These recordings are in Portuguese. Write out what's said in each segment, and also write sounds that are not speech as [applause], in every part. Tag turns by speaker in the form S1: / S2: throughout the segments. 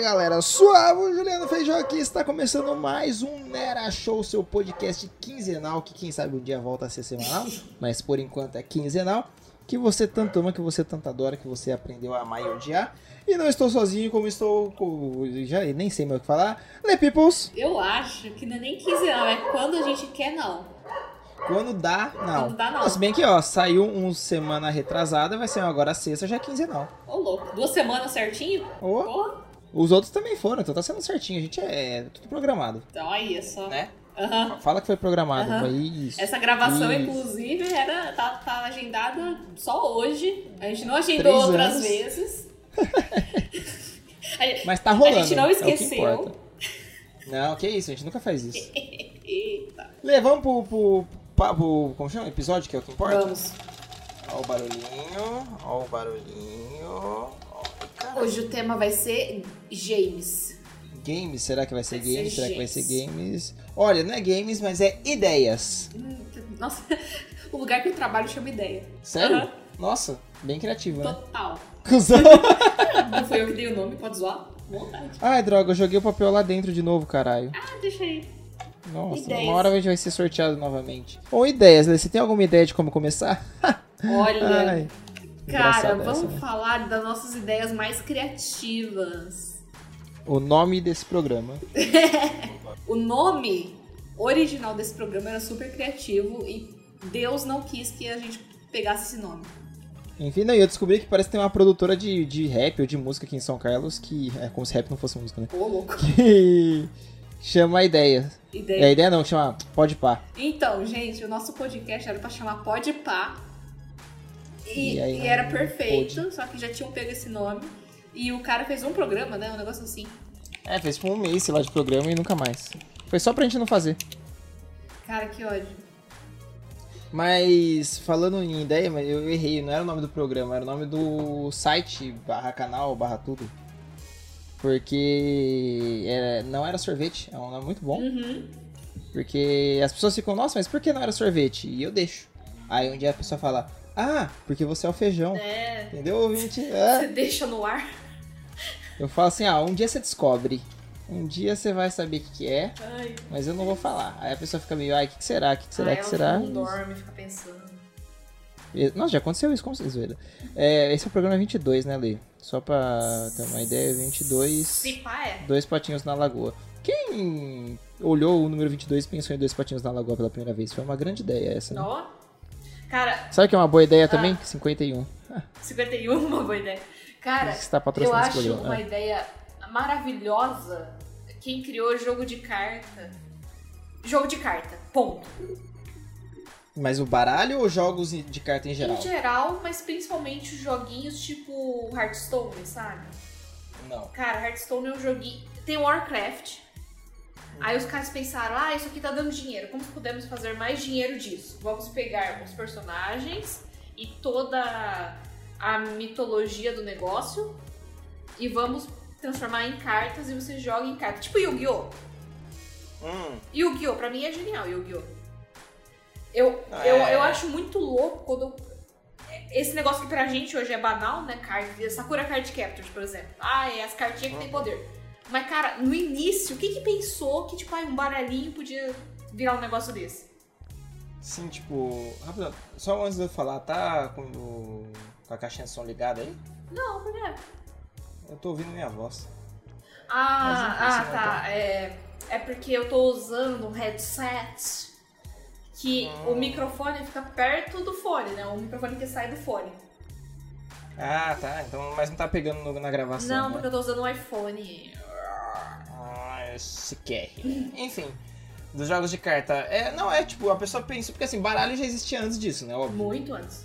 S1: galera, suave, o Juliano Feijão aqui está começando mais um Nera Show, seu podcast quinzenal, que quem sabe um dia volta a ser semanal, mas por enquanto é quinzenal, que você tanto ama, que você tanto adora, que você aprendeu a amar e odiar. E não estou sozinho, como estou, com- já nem sei mais o que falar, Le Peoples,
S2: Eu acho que não é nem 15 não, é quando a gente quer não.
S1: quando dá, não.
S2: Quando dá, não.
S1: Mas Se bem que, ó, saiu um semana retrasada, vai ser um agora sexta, já é quinzenal.
S2: Ô louco, duas semanas certinho?
S1: Ô,
S2: Pô,
S1: os outros também foram, então tá sendo certinho, a gente é, tudo programado.
S2: então aí é só.
S1: Né?
S2: Aham.
S1: Fala que foi programado,
S2: Aham. É
S1: aí isso.
S2: Essa gravação,
S1: Isso.
S2: inclusive, era tá, tá agendada só hoje. A gente não agendou
S1: Três
S2: outras
S1: anos.
S2: vezes.
S1: Mas tá rolando.
S2: A gente não
S1: é o que
S2: esqueceu.
S1: importa. não, que isso, a gente nunca faz
S2: [laughs]
S1: isso.
S2: Eita,
S1: Lê, vamos pro, pro, pa- pro- como chama? Episódio, que é o que importa?
S2: vamos.
S1: Ó o barulhinho, ó o barulhinho. ó o cara.
S2: Hoje o tema vai ser James.
S1: Games, será que vai ser
S2: Vai
S1: games?
S2: ser
S1: será que vai ser
S2: games.
S1: games? Olha, não é games, mas é ideias.
S2: Hum, Nossa, o lugar que eu trabalho chama ideia.
S1: Sério?
S2: Aham.
S1: Nossa, bem criativo, né?
S2: Total.
S1: Cusão. [laughs]
S2: Não foi eu que dei o nome, pode zoar? Vontade.
S1: Ai, droga, eu joguei o papel lá dentro de novo, caralho.
S2: Ah, deixa aí.
S1: Nossa,
S2: Ideias.
S1: uma hora a gente vai ser sorteado novamente. Ou ideias, Lê, você tem alguma ideia de como começar?
S2: Olha,
S1: Ai,
S2: Cara,
S1: engraçada essa,
S2: vamos
S1: né?
S2: falar das nossas ideias mais criativas.
S1: O nome desse programa.
S2: O nome original desse programa era super criativo e Deus não quis que a gente pegasse esse nome.
S1: Enfim, não, e eu descobri que parece que tem uma produtora de, de rap ou de música aqui em São Carlos que. É como se rap não fosse música, né? [laughs]
S2: Ô, louco.
S1: Que chama a ideia. É
S2: Ideia.
S1: a ideia não, chama Pode Pá.
S2: Então, gente, o nosso podcast era pra chamar Pode Pá. E,
S1: E aí, né?
S2: e era
S1: não
S2: perfeito, só que já tinham pego esse nome. E o cara fez um programa, né? Um negócio assim.
S1: É, fez tipo um mês, sei lá, de programa e nunca mais. Foi só pra gente não fazer.
S2: Cara, que ódio.
S1: Mas falando em ideia, mas eu errei, não era o nome do programa, era o nome do site, barra canal, barra tudo. Porque era- não era sorvete, é um nome muito bom.
S2: Uhum.
S1: Porque as pessoas ficam, nossa, mas por que não era sorvete? E eu deixo. Aí um dia a pessoa fala, ah, porque você é o feijão.
S2: É. [laughs]
S1: Entendeu, ouvinte? É.
S2: Você deixa no ar.
S1: Eu falo assim, ah, um dia você descobre. Um dia você vai saber o que, que é,
S2: Ai,
S1: mas eu não vou falar. Aí a pessoa fica meio, ai, o que, que será? O que, que será?
S2: Ai,
S1: que
S2: é um ela
S1: será?
S2: Não dorme, fica pensando.
S1: E- Nossa, já aconteceu isso, como vocês viram. É, esse é o programa 22, né, Lei? Só pra ter uma ideia, 22...
S2: Se pá, é.
S1: Dois Patinhos na Lagoa. Quem olhou o número 22 e pensou em Dois Patinhos na Lagoa pela primeira vez? Foi uma grande ideia essa, né?
S2: Ó. Cara,
S1: Sabe o que é uma boa ideia também?
S2: Ah.
S1: 51.
S2: 51, [laughs] uma boa ideia. Cara,
S1: Você está Ah,
S2: eu
S1: tá patrocinando esse né?
S2: acho
S1: programa.
S2: uma ideia maravilhosa quem criou o jogo de carta. Jogo de carta, ponto.
S1: É. Mas o baralho ou jogos de carta em geral?
S2: Em geral, mas principalmente os joguinhos tipo Hearthstone, sabe?
S1: Não.
S2: Cara, Hearthstone é um joguinho. Tem Warcraft. Aí os caras pensaram, ah, isso aqui tá dando dinheiro. Como podemos fazer mais dinheiro disso? Vamos pegar os personagens e toda a mitologia do negócio e vamos transformar em cartas e você joga em cartas. Tipo Yu-Gi-Oh!
S1: Hum,
S2: Yu-Gi-Oh! Pra mim é genial, Yu-Gi-Oh! Eu,
S1: Ah,
S2: eu,
S1: é.
S2: eu acho muito louco quando. é, Esse negócio que pra gente hoje é banal, né? Card, Sakura Card Captors, por exemplo. Ah, é as cartinhas que tem
S1: Uhum.
S2: poder. Mas, cara, no início, o que que pensou que, tipo, ah, um baralhinho podia virar um negócio desse?
S1: Sim, tipo... Rapidão, só antes de eu falar, tá com, o- com a caixinha de som ligada aí?
S2: Não, por quê?
S1: Eu tô ouvindo minha voz.
S2: Ah,
S1: Mas né,
S2: ah
S1: enfim, senão
S2: tá. É, é porque eu tô usando um headset que
S1: Hum.
S2: o microfone fica perto do fone, né? O microfone que sai do fone.
S1: Ah, tá. Então, mas não tá pegando no- na gravação,
S2: Não,
S1: né?
S2: porque eu tô usando um iPhone.
S1: Ah, sequer. Enfim, dos jogos de carta. É, não, é tipo, a pessoa pensa, porque assim, baralho já existia antes disso, né? Óbvio.
S2: Muito antes.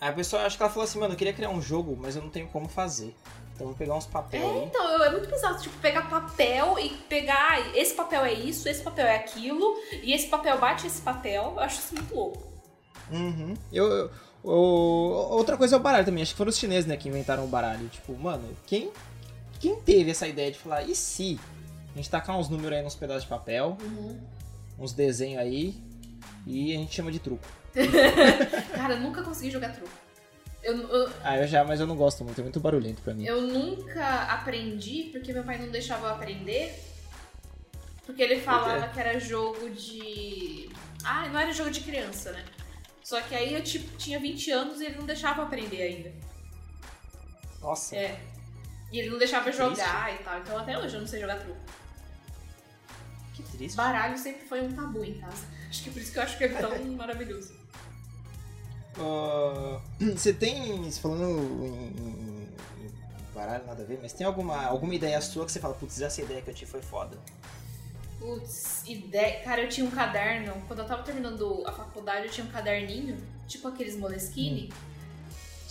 S1: Aí a pessoa acho que ela falou assim, mano, eu queria criar um jogo, mas eu não tenho como fazer. Então eu vou pegar uns papéis
S2: É,
S1: aí.
S2: então, eu- é muito bizarro, tipo, pegar papel e pegar, ah, esse papel é isso, esse papel é aquilo, e esse papel bate esse papel, eu acho isso muito louco.
S1: Uhum. Eu, eu- o- outra coisa é o baralho também. Acho que foram os chineses, né, que inventaram o baralho. Tipo, mano, quem, quem teve essa ideia de falar, e se a gente tacar uns números aí nos pedaços de papel,
S2: Uhum.
S1: uns desenhos aí, e a gente chama de truco.
S2: Cara, eu nunca consegui jogar truco. Eu, eu,
S1: Ah, eu já, mas eu não gosto muito, é muito barulhento pra mim.
S2: eu nunca aprendi, porque meu pai não deixava eu aprender. Porque ele falava que era jogo de. Ah, não era jogo de criança, né? Só que aí eu tipo, tinha 20 anos e ele não deixava eu aprender ainda.
S1: Nossa.
S2: É. E ele não deixava eu jogar e tal. Então até hoje eu não sei jogar truco.
S1: Que triste.
S2: Baralho sempre foi um tabu em casa. Acho que por isso que eu acho que ele é [laughs] tão maravilhoso.
S1: Ah, [clears throat] você tem, você falando em, em- em baralho, nada a ver, mas tem alguma, alguma ideia sua que você fala, putz, essa ideia que eu tive foi foda?
S2: Putz, ideia. Cara, eu tinha um caderno. Quando eu tava terminando a faculdade, eu tinha um caderninho, tipo aqueles Moleskine.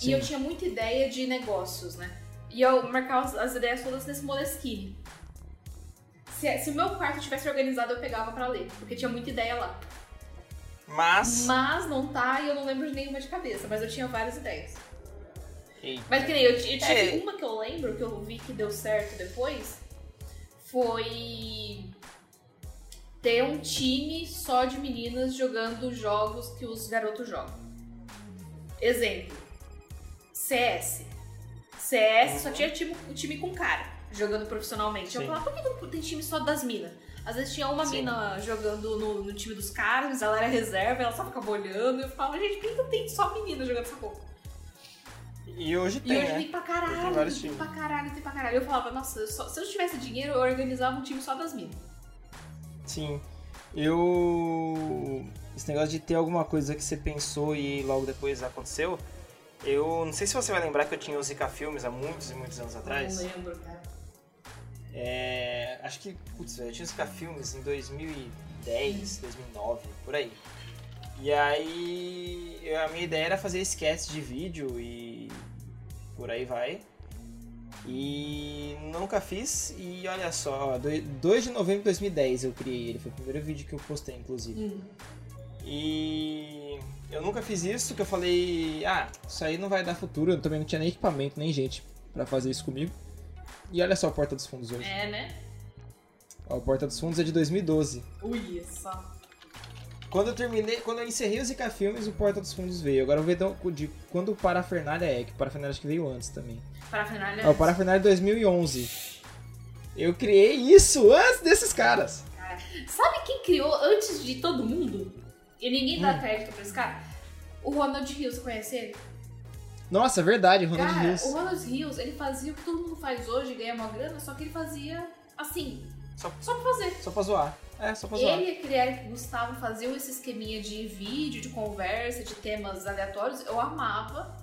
S2: E eu tinha muita ideia de negócios, né? E eu marcava as, as ideias todas nesse Moleskine. Se, se o meu quarto tivesse organizado, eu pegava pra ler, porque tinha muita ideia lá.
S1: Mas...
S2: Mas não tá e eu não lembro de nenhuma de cabeça, mas eu tinha várias ideias.
S1: Ei,
S2: Mas que nem eu, t- eu tive
S1: É.
S2: uma que eu lembro, que eu vi que deu certo depois, foi ter um time só de meninas jogando jogos que os garotos jogam. Exemplo, CS. CS só
S1: Uhum.
S2: tinha time, o time com cara, jogando profissionalmente. Eu
S1: Sim.
S2: falava, por que não tem time só das minas? Às vezes tinha uma
S1: Sim.
S2: mina jogando no, no time dos caras, mas ela era reserva, ela só ficava olhando. Eu falava, gente, por que não tem só menina jogando essa porra?
S3: E hoje
S2: E
S3: tem,
S1: É.
S2: hoje
S3: né?
S2: tem pra caralho,
S3: Tem vários
S2: tem
S3: times.
S2: pra caralho, tem pra caralho. Eu falava, nossa, eu só- se eu tivesse dinheiro, eu organizava um time só das minas.
S1: Sim. Eu. Esse negócio de ter alguma coisa que você pensou e logo depois aconteceu. Eu não sei se você vai lembrar que eu tinha o Zika Filmes há muitos e muitos anos atrás.
S2: Não lembro, cara.
S1: É, acho que, putz, velho, eu tinha os Cafilmes em 2010, 2009, por aí. E aí, eu- a minha ideia era fazer sketches de vídeo e por aí vai. E nunca fiz, e olha só, 2 de novembro de 2010 eu criei ele, foi o primeiro vídeo que eu postei, inclusive.
S2: Hum.
S1: E eu nunca fiz isso, que eu falei, ah, isso aí não vai dar futuro, eu também não tinha nem equipamento, nem gente pra fazer isso comigo. E olha só a Porta dos Fundos hoje.
S2: É, né?
S1: Ó, A Porta dos Fundos é de 2012.
S2: Ui, só.
S1: Quando eu terminei, quando eu encerrei os Zika Filmes, o Porta dos Fundos veio. Agora eu vou ver de- de quando o Parafernália é, que o Parafernália acho que veio antes também.
S2: Parafernália.
S1: Ó, o Parafernália é 2011. Eu criei isso antes desses caras.
S2: Sabe quem criou antes de todo mundo? E ninguém dá
S1: Hum.
S2: crédito pra esse cara? O Ronald Rios, conhece ele?
S1: Nossa, é verdade, Ronald
S2: cara,
S1: Rios.
S2: o Ronald Rios, ele fazia o que todo mundo faz hoje, ganha uma grana, só que ele fazia assim.
S1: Só-
S2: só pra fazer.
S1: Só pra zoar. É, só pra zoar.
S2: Ele e aquele Eric Gustavo faziam esse esqueminha de vídeo, de conversa, de temas aleatórios. Eu amava.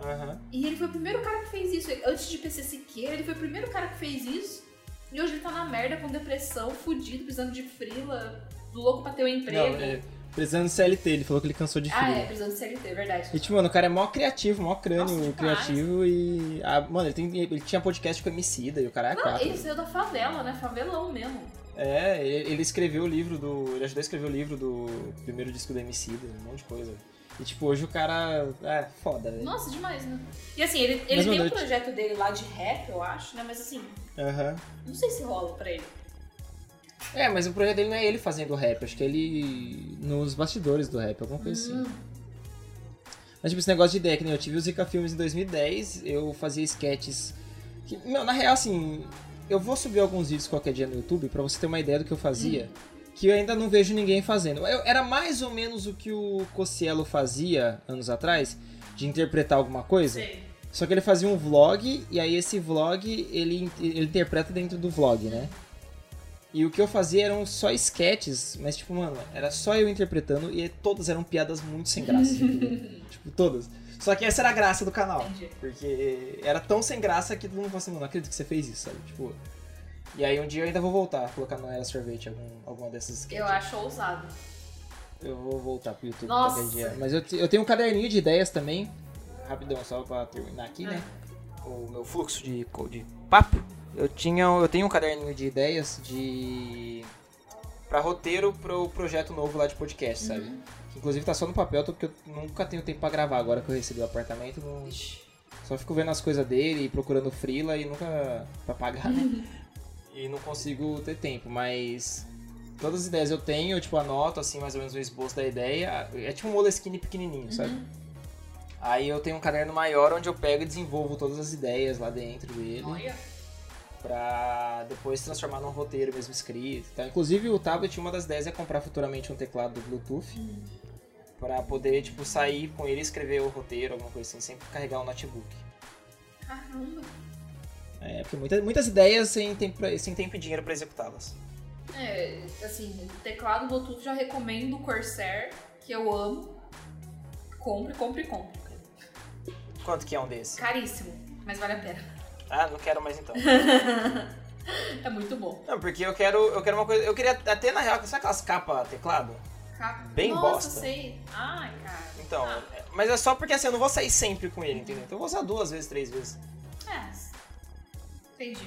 S1: Aham.
S2: E ele foi o primeiro cara que fez isso. Antes de PC Siqueira, ele foi o primeiro cara que fez isso. E hoje ele tá na merda, com depressão, fudido, precisando de frila, louco pra ter um emprego.
S1: Não, é, precisando do CLT, ele falou que ele cansou de frio.
S2: Ah, é, precisando de CLT, é verdade.
S1: E tipo, mano, o cara é mó criativo, mó crânio
S2: Nossa, demais.
S1: criativo e. ah, mano, ele, tem- ele tinha podcast com Emicida e o cara é
S2: Não,
S1: quatro.
S2: ele saiu da favela, né? Favelão mesmo.
S1: É, ele ele escreveu o livro do. Ele ajudou a escrever o livro do primeiro disco do MC, um monte de coisa. E tipo, hoje o cara. É, foda, velho.
S2: Nossa, demais, né? E assim, ele, ele
S1: Mas,
S2: tem um
S1: mano, eu te-
S2: projeto dele lá de rap, eu acho, né? Mas assim,
S1: Aham.
S2: não sei se rola pra ele.
S1: É, mas o projeto dele não é ele fazendo rap, acho que é ele. nos bastidores do rap, alguma coisa assim.
S2: Hum,
S1: Mas, tipo, esse negócio de ideia, que nem eu tive o Zika Filmes em 2010, eu fazia sketches. Que, meu, na real, assim, eu vou subir alguns vídeos qualquer dia no YouTube pra você ter uma ideia do que eu fazia, que eu ainda não vejo ninguém fazendo. Eu- era mais ou menos o que o Cossielo fazia anos atrás, de interpretar alguma coisa.
S2: sei.
S1: Só que ele fazia um vlog, e aí esse vlog ele, ele interpreta dentro do vlog, né? E o que eu fazia eram só sketches, mas tipo, mano, era só eu interpretando e todas eram piadas muito sem graça. entendeu? tipo, todas. Só que essa era a graça do canal.
S2: Entendi.
S1: Porque era tão sem graça que todo mundo falou assim, mano, não acredito que você fez isso, sabe? Tipo. E aí um dia eu ainda vou voltar, colocar no Era Sorvete algum, alguma dessas sketches.
S2: Eu acho ousado.
S1: Eu vou voltar pro YouTube
S2: Nossa.
S1: qualquer dia. Mas eu, te- eu tenho um caderninho de ideias também. Rapidão, só pra terminar aqui, né? O meu fluxo de, co- de papo. Eu, tinha, eu tenho um caderninho de ideias de. pra roteiro pro projeto novo lá de podcast, sabe? Que inclusive tá só no papel, tô- porque eu nunca tenho tempo pra gravar agora que eu recebi o apartamento. não- Só fico vendo as coisas dele e procurando Frila e nunca. pra pagar, né? e não consigo ter tempo, mas. Todas as ideias eu
S2: Uhum.
S1: tenho, eu tipo, anoto assim mais ou menos o esboço da ideia. É tipo um moleskine pequenininho, sabe? Aí eu tenho um caderno maior onde eu pego e desenvolvo todas as ideias lá dentro dele
S2: Olha.
S1: pra depois transformar num roteiro mesmo escrito. e tal. Inclusive o tablet, uma das ideias é comprar futuramente um teclado Bluetooth pra poder tipo sair com ele e escrever o roteiro, alguma coisa assim, sempre carregar um notebook.
S2: Caramba.
S1: É, porque muita- muitas ideias sem tempo, pra- sem tempo e dinheiro pra executá-las.
S2: É, assim, teclado Bluetooth já recomendo o Corsair, que eu amo. Compre, compre, compre.
S1: Quanto que é um desse?
S2: Caríssimo, mas vale a pena.
S1: Ah, não quero mais então.
S2: [laughs] É muito bom.
S1: Não, porque eu quero, eu quero uma coisa. Eu queria até na real, sabe aquelas capas teclado?
S2: Capa-
S1: Bem
S2: Nossa,
S1: bosta.
S2: sei. Ai, cara.
S1: Então, é- mas é só porque assim, eu não vou sair sempre com ele, entendeu? Então eu vou usar duas vezes, três vezes.
S2: É. Entendi.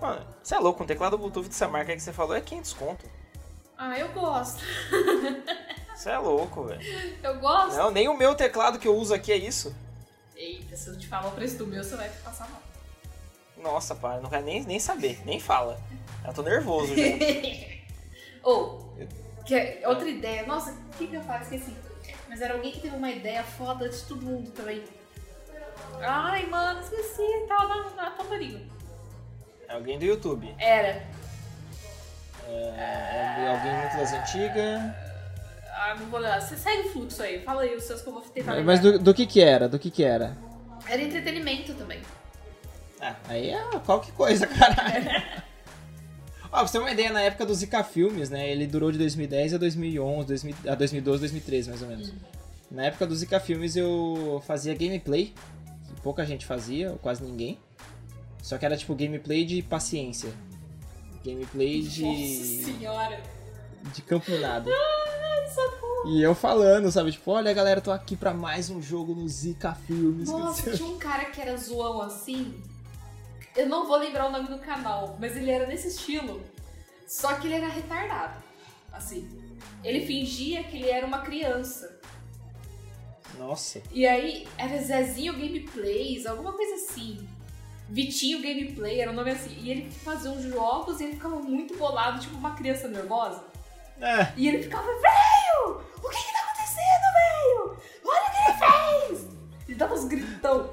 S1: Mano, você é louco, um teclado Bluetooth dessa marca que você falou é 500 conto.
S2: Ah, eu gosto. [laughs]
S1: Você é louco, velho.
S2: Eu gosto.
S1: Não, nem o meu teclado que eu uso aqui é isso.
S2: Eita, se eu te falar o preço do meu, você vai passar mal.
S1: Nossa, para, não quero nem, nem saber, nem fala. Eu tô nervoso já.
S2: [laughs] Ou, que- é outra ideia. Nossa, o que, que eu falo? Esqueci. Mas era alguém que teve uma ideia foda de todo mundo também. Ai, mano, esqueci. Tava na, na Pamperinho.
S1: É alguém do YouTube.
S2: Era.
S1: É alguém muito das antigas.
S2: Ah, não vou lembrar. Você segue o fluxo aí. Fala aí os seus que eu vou tentar lembrar.
S1: Mas do, do que que era? Do que que era?
S2: Era entretenimento também.
S1: Ah, aí é qualquer coisa, [laughs] caralho. Ó, pra você ter uma ideia, na época do Zika Filmes, né? Ele durou de 2010 a 2011, 2000 a 2012, 2013, mais ou
S2: Uhum.
S1: menos. Na época do Zika Filmes eu fazia gameplay, que pouca gente fazia, ou quase ninguém. Só que era tipo gameplay de paciência. Gameplay
S2: Nossa
S1: de,
S2: senhora. Ah,
S1: de campeonato. E eu falando, sabe? Tipo, olha galera, tô aqui pra mais um jogo no Zika Filmes. que não
S2: Nossa,
S1: sei o
S2: tinha um cara que era zoão assim. Eu não vou lembrar o nome do canal, mas ele era nesse estilo. Só que ele era retardado. Assim. Ele fingia que ele era uma criança.
S1: quê. [laughs] Nossa.
S2: E aí era Zezinho Gameplays, alguma coisa assim. Vitinho Gameplay, era o nome assim. E ele fazia uns jogos e ele ficava muito bolado, tipo uma criança nervosa.
S1: É.
S2: E ele ficava, velho! O que que tá acontecendo, velho? Olha o que ele fez! Ele dava uns gritão.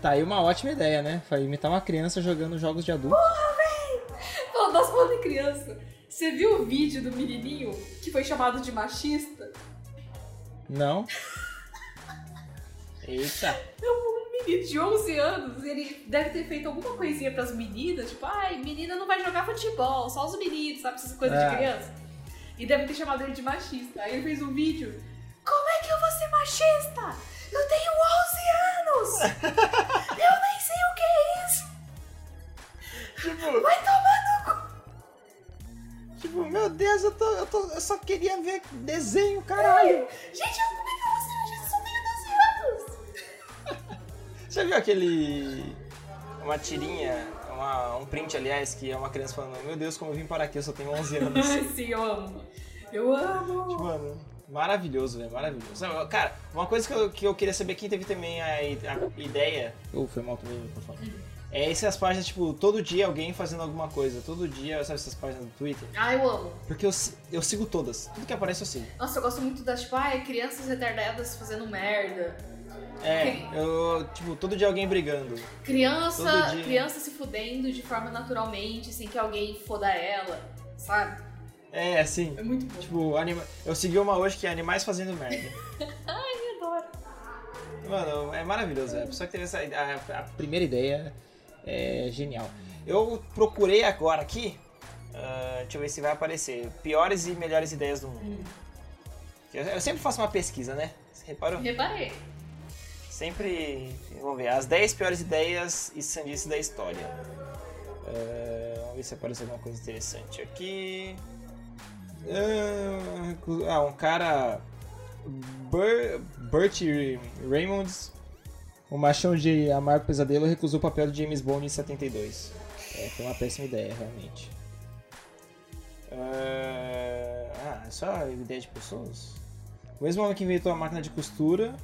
S1: Tá aí uma ótima ideia, né? Foi imitar uma criança jogando jogos de adulto.
S2: Pô, nós falando em criança. Você viu o vídeo do menininho que foi chamado de machista?
S1: Não. Eita.
S2: É um menino de 11 anos, ele deve ter feito alguma coisinha pras meninas, tipo, ai, menina não vai jogar futebol, só os meninos, sabe, essas coisas
S1: É.
S2: de criança. E deve ter chamado ele de machista. Aí ele fez um vídeo, como é que eu vou ser machista? Eu tenho [laughs] 11 anos! Eu nem sei o que é isso!
S1: Tipo,
S2: Vai tomar
S1: tipo, meu Deus, eu, tô, eu, tô, eu só queria ver desenho, caralho.
S2: no... Gente, eu- como é que eu vou ser machista? Eu só tenho 12 anos!
S1: Você viu aquele. Uma tirinha, uma- um print, aliás, que é uma criança falando: Meu Deus, como eu vim para aqui, eu só tenho 11 anos.
S2: [laughs] Ai, sim, eu amo. Eu amo.
S1: Tipo, Mano, maravilhoso, velho, maravilhoso. Sabe, Cara, uma coisa que eu, que eu queria saber, quem teve também a, a ideia. Ou foi mal também o microfone. É essas páginas, tipo, todo dia alguém fazendo alguma coisa. Todo dia, sabe essas páginas do Twitter?
S2: Ah, eu amo.
S1: Porque eu, si- eu sigo todas. Tudo que aparece eu sigo.
S2: Nossa, eu gosto muito das, tipo, ai, crianças retardadas fazendo merda.
S1: É,
S2: Ok.
S1: eu, tipo, todo dia alguém brigando. Todo
S2: Criança,
S1: dia.
S2: criança se fudendo de forma naturalmente, sem que alguém foda ela, sabe?
S1: É, assim.
S2: É muito bom.
S1: Tipo, anima... eu segui uma hoje que é animais fazendo merda.
S2: Eu adoro.
S1: Mano, é maravilhoso, velho. A pessoa que teve essa ideia- a, a primeira ideia é genial. Eu procurei agora aqui, ah, deixa eu ver se vai aparecer, piores e melhores ideias do mundo. Eu, eu sempre faço uma pesquisa, né? Você reparou?
S2: Reparei.
S1: Sempre, vamos ver, as 10 piores ideias e sandices da história. Ah, vamos ver se aparece alguma coisa interessante aqui. Ah, um cara. Bur Burt Raymonds, o machão de Amargo Pesadelo, recusou o papel de James Bond em 72. É, foi uma péssima ideia, realmente. Ah, ah, só ideia de pessoas? O mesmo homem que inventou a máquina de costura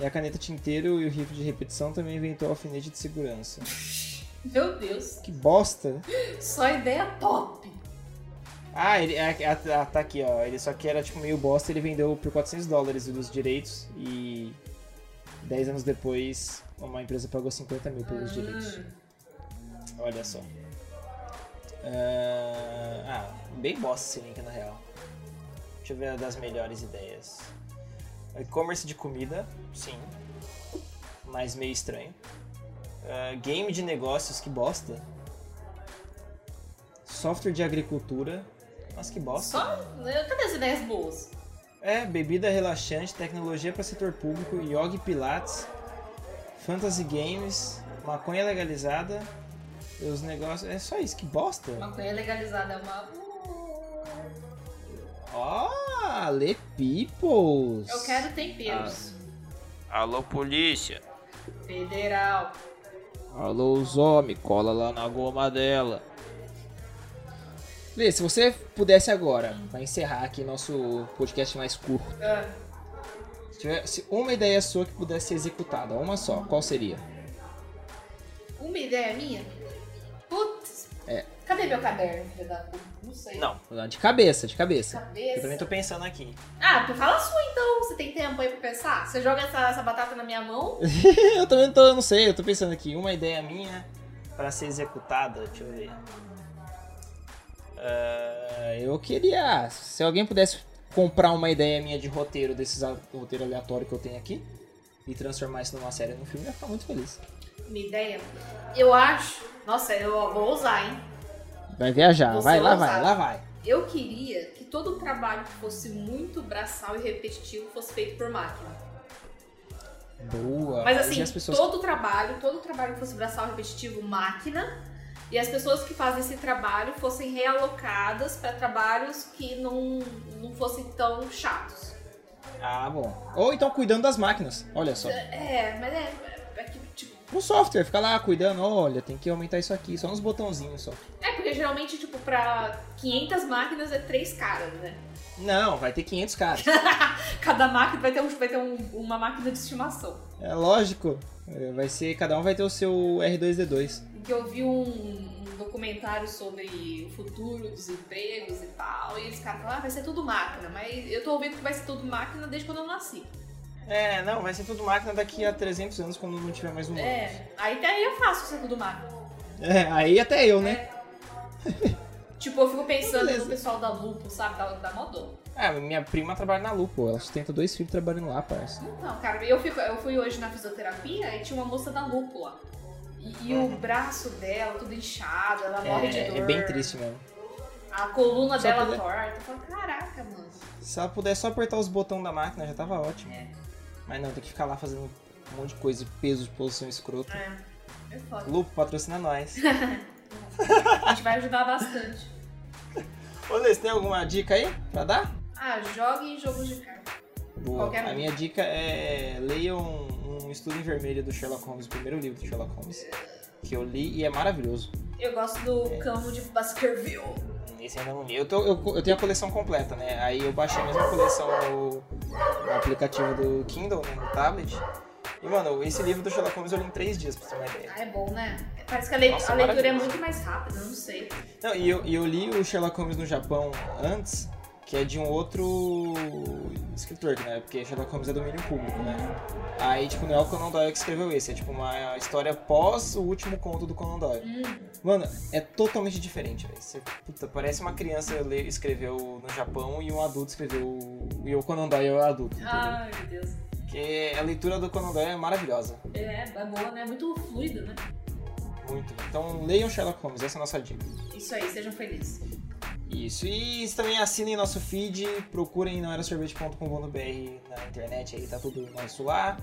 S1: e a caneta tinteiro e o rifle de repetição também inventou o alfinete de segurança.
S2: Meu Deus.
S1: Que bosta! né?
S2: Só ideia top.
S1: Ah, ele, ah, ah, tá aqui, ó. Ele só que era tipo meio bosta, ele vendeu por 400 dólares os direitos e
S4: Dez anos depois, uma empresa pagou 50 mil pelos direitos.
S1: Olha só. Ah, ah, bem bosta esse link na real. Deixa eu ver a das melhores ideias. E-commerce de comida, sim. Mas meio estranho. Ah, game de negócios, que bosta. Software de agricultura. Nossa, que bosta.
S2: Só. né, Cadê as ideias boas?
S1: É, bebida relaxante, tecnologia para setor público, yoga e pilates, fantasy games, maconha legalizada, e os negócios... É só isso, que bosta.
S2: Maconha legalizada é uma.
S1: Ó,
S4: Ah, Le Peoples!
S2: Eu quero temperos.
S1: Ah, Alô, polícia.
S2: Federal.
S4: Alô, os homens, cola lá na goma dela. Lê, se você pudesse agora, pra encerrar aqui nosso podcast mais curto,
S2: Ah,
S4: se tivesse uma ideia sua que pudesse ser executada, uma só, qual seria?
S2: uma ideia minha? Putz.
S4: É.
S2: Cadê meu caderno? filho da puta? Não sei.
S1: Não,
S4: De cabeça, de cabeça.
S1: eu
S2: Cabeça.
S1: também tô pensando aqui.
S2: Ah, tu fala sua então. Você tem tempo aí pra pensar? Você joga essa, essa batata na
S4: [laughs]
S2: minha mão?
S4: [laughs] eu também tô, eu não sei, eu tô pensando aqui.
S1: E uma ideia minha para ser executada, deixa eu ver.
S4: Ah, Eu queria, se alguém pudesse comprar uma ideia minha de roteiro, desses a- roteiro aleatório que eu tenho aqui, e transformar isso numa série, num filme, eu ia ficar muito feliz.
S2: Uma ideia? Eu acho. Nossa, eu vou usar, hein?
S4: Vai viajar,
S2: Você
S4: vai, lá
S2: ousado.
S4: vai, lá vai.
S2: Eu queria que todo o trabalho que fosse muito braçal e repetitivo fosse feito por máquina.
S4: Boa.
S2: Mas
S4: Tá, E
S2: assim,
S4: as pessoas
S2: todo o trabalho, todo o trabalho que fosse braçal e repetitivo, máquina. E as pessoas que fazem esse trabalho fossem realocadas para trabalhos que não, não fossem tão chatos.
S4: Ah, bom. Ou então cuidando das máquinas, olha só.
S2: É, mas é, é que, tipo,
S4: No software, fica lá cuidando, olha, tem que aumentar isso aqui, só nos botãozinhos só.
S2: é porque geralmente, tipo, pra 500 máquinas é três caras, né?
S4: Não, vai ter 500 caras.
S2: Cada máquina vai ter, um, vai ter um- uma máquina de estimação.
S4: é lógico, é, vai ser, cada um vai ter o seu R2D2.
S2: em que eu vi um, um documentário sobre o futuro dos empregos e tal, e eles caras falaram, ah, vai ser tudo máquina, mas eu tô ouvindo que vai ser tudo máquina desde quando eu nasci.
S1: É, não, vai ser tudo máquina daqui a 300 anos quando não tiver mais um ano.
S2: É, aí até aí eu faço ser tudo máquina.
S4: É, aí até eu, né?
S2: Tipo, eu fico pensando
S4: Beleza.
S2: no pessoal da Lupo, sabe, da, da Modô.
S1: Ah, minha prima trabalha na Lupo,
S4: Pô,
S1: ela
S4: ela sustenta dois filhos trabalhando lá, parça.
S2: Então, cara, eu, fico, eu fui hoje na fisioterapia e tinha uma moça da Lupo lá. E, e o braço dela, tudo inchado, ela morre de
S4: Uhum. É,
S2: dor.
S4: é bem triste mesmo.
S2: A coluna
S4: Só
S2: dela
S4: poder-
S2: torta. Eu falo, caraca, mano.
S1: Se ela puder só apertar os botões da máquina, já tava ótimo.
S2: É.
S1: Mas não, tem que ficar lá fazendo um monte de coisa de peso de posição escrota.
S2: É, é foda.
S1: Lupo, patrocina
S2: [laughs]
S1: nós.
S2: A gente vai ajudar bastante.
S1: Ô, Lê, você tem alguma dica aí pra dar?
S2: Ah, jogue em jogos de carta.
S1: Boa.
S2: Qualquer
S1: A
S2: um.
S1: minha dica é leia um, um estudo em vermelho do Sherlock Holmes, o primeiro livro do Sherlock Holmes, que eu li e é maravilhoso.
S2: Eu gosto do
S4: É.
S2: camo de Baskerville.
S1: Esse ainda não li. Eu, tô- eu- eu tenho a coleção completa, né? Aí eu baixei a mesma coleção no, no aplicativo do Kindle, né? no tablet. E, mano, esse livro do Sherlock Holmes eu li em três dias, pra você ter uma ideia.
S2: Ah, é bom, né? Parece que a, lei-
S1: Nossa,
S2: a leitura é
S1: maravilhoso.
S2: muito mais rápida, eu não sei.
S1: Não, e eu, e eu li o Sherlock Holmes no Japão antes, que é de um outro escritor, né? Porque Sherlock Holmes é domínio público, né? Aí, tipo, não é o Conan Doyle que escreveu esse, é tipo uma história pós o último conto do Conan Doyle.
S2: Hum,
S1: Mano, é totalmente diferente, velho. Você- Puta, parece uma criança ler, escreveu no Japão e um adulto escreveu. E o Conan Doyle é o adulto, entendeu?
S2: ai, meu Deus.
S1: Porque a leitura do Conan Doyle é maravilhosa.
S2: É, é boa, né? Muito fluido, né?
S1: Muito. Então leiam Sherlock Holmes, essa é a nossa dica.
S2: Isso aí, sejam felizes.
S1: Isso, e também assinem nosso feed, procurem noerasorvete.com.br na internet, aí tá tudo nosso lá.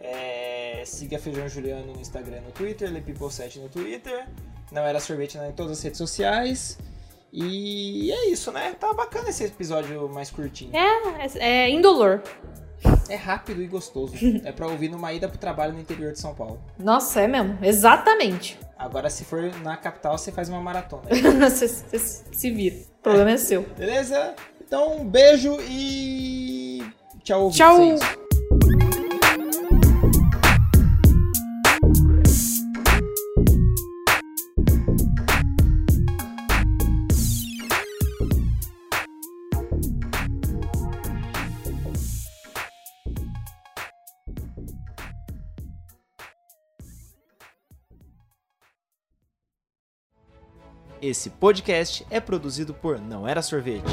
S1: É, siga Feijão Juliano no Instagram e no Twitter, Lepipo7 no Twitter, Não Era Sorvete né, em todas as redes sociais. E é isso, né? Tá bacana esse episódio mais curtinho.
S2: É, indolor.
S1: É rápido e
S2: [laughs]
S1: gostoso. é pra ouvir numa ida pro trabalho no interior de São Paulo.
S2: Nossa, é mesmo. Exatamente. [laughs]
S1: Agora, se for na capital, você faz uma maratona.
S2: Você se vira. O problema é seu.
S1: Beleza? Então, um beijo e. Tchau, É
S2: Tchau.
S1: vocês. Esse podcast é produzido por Não Era Sorvete.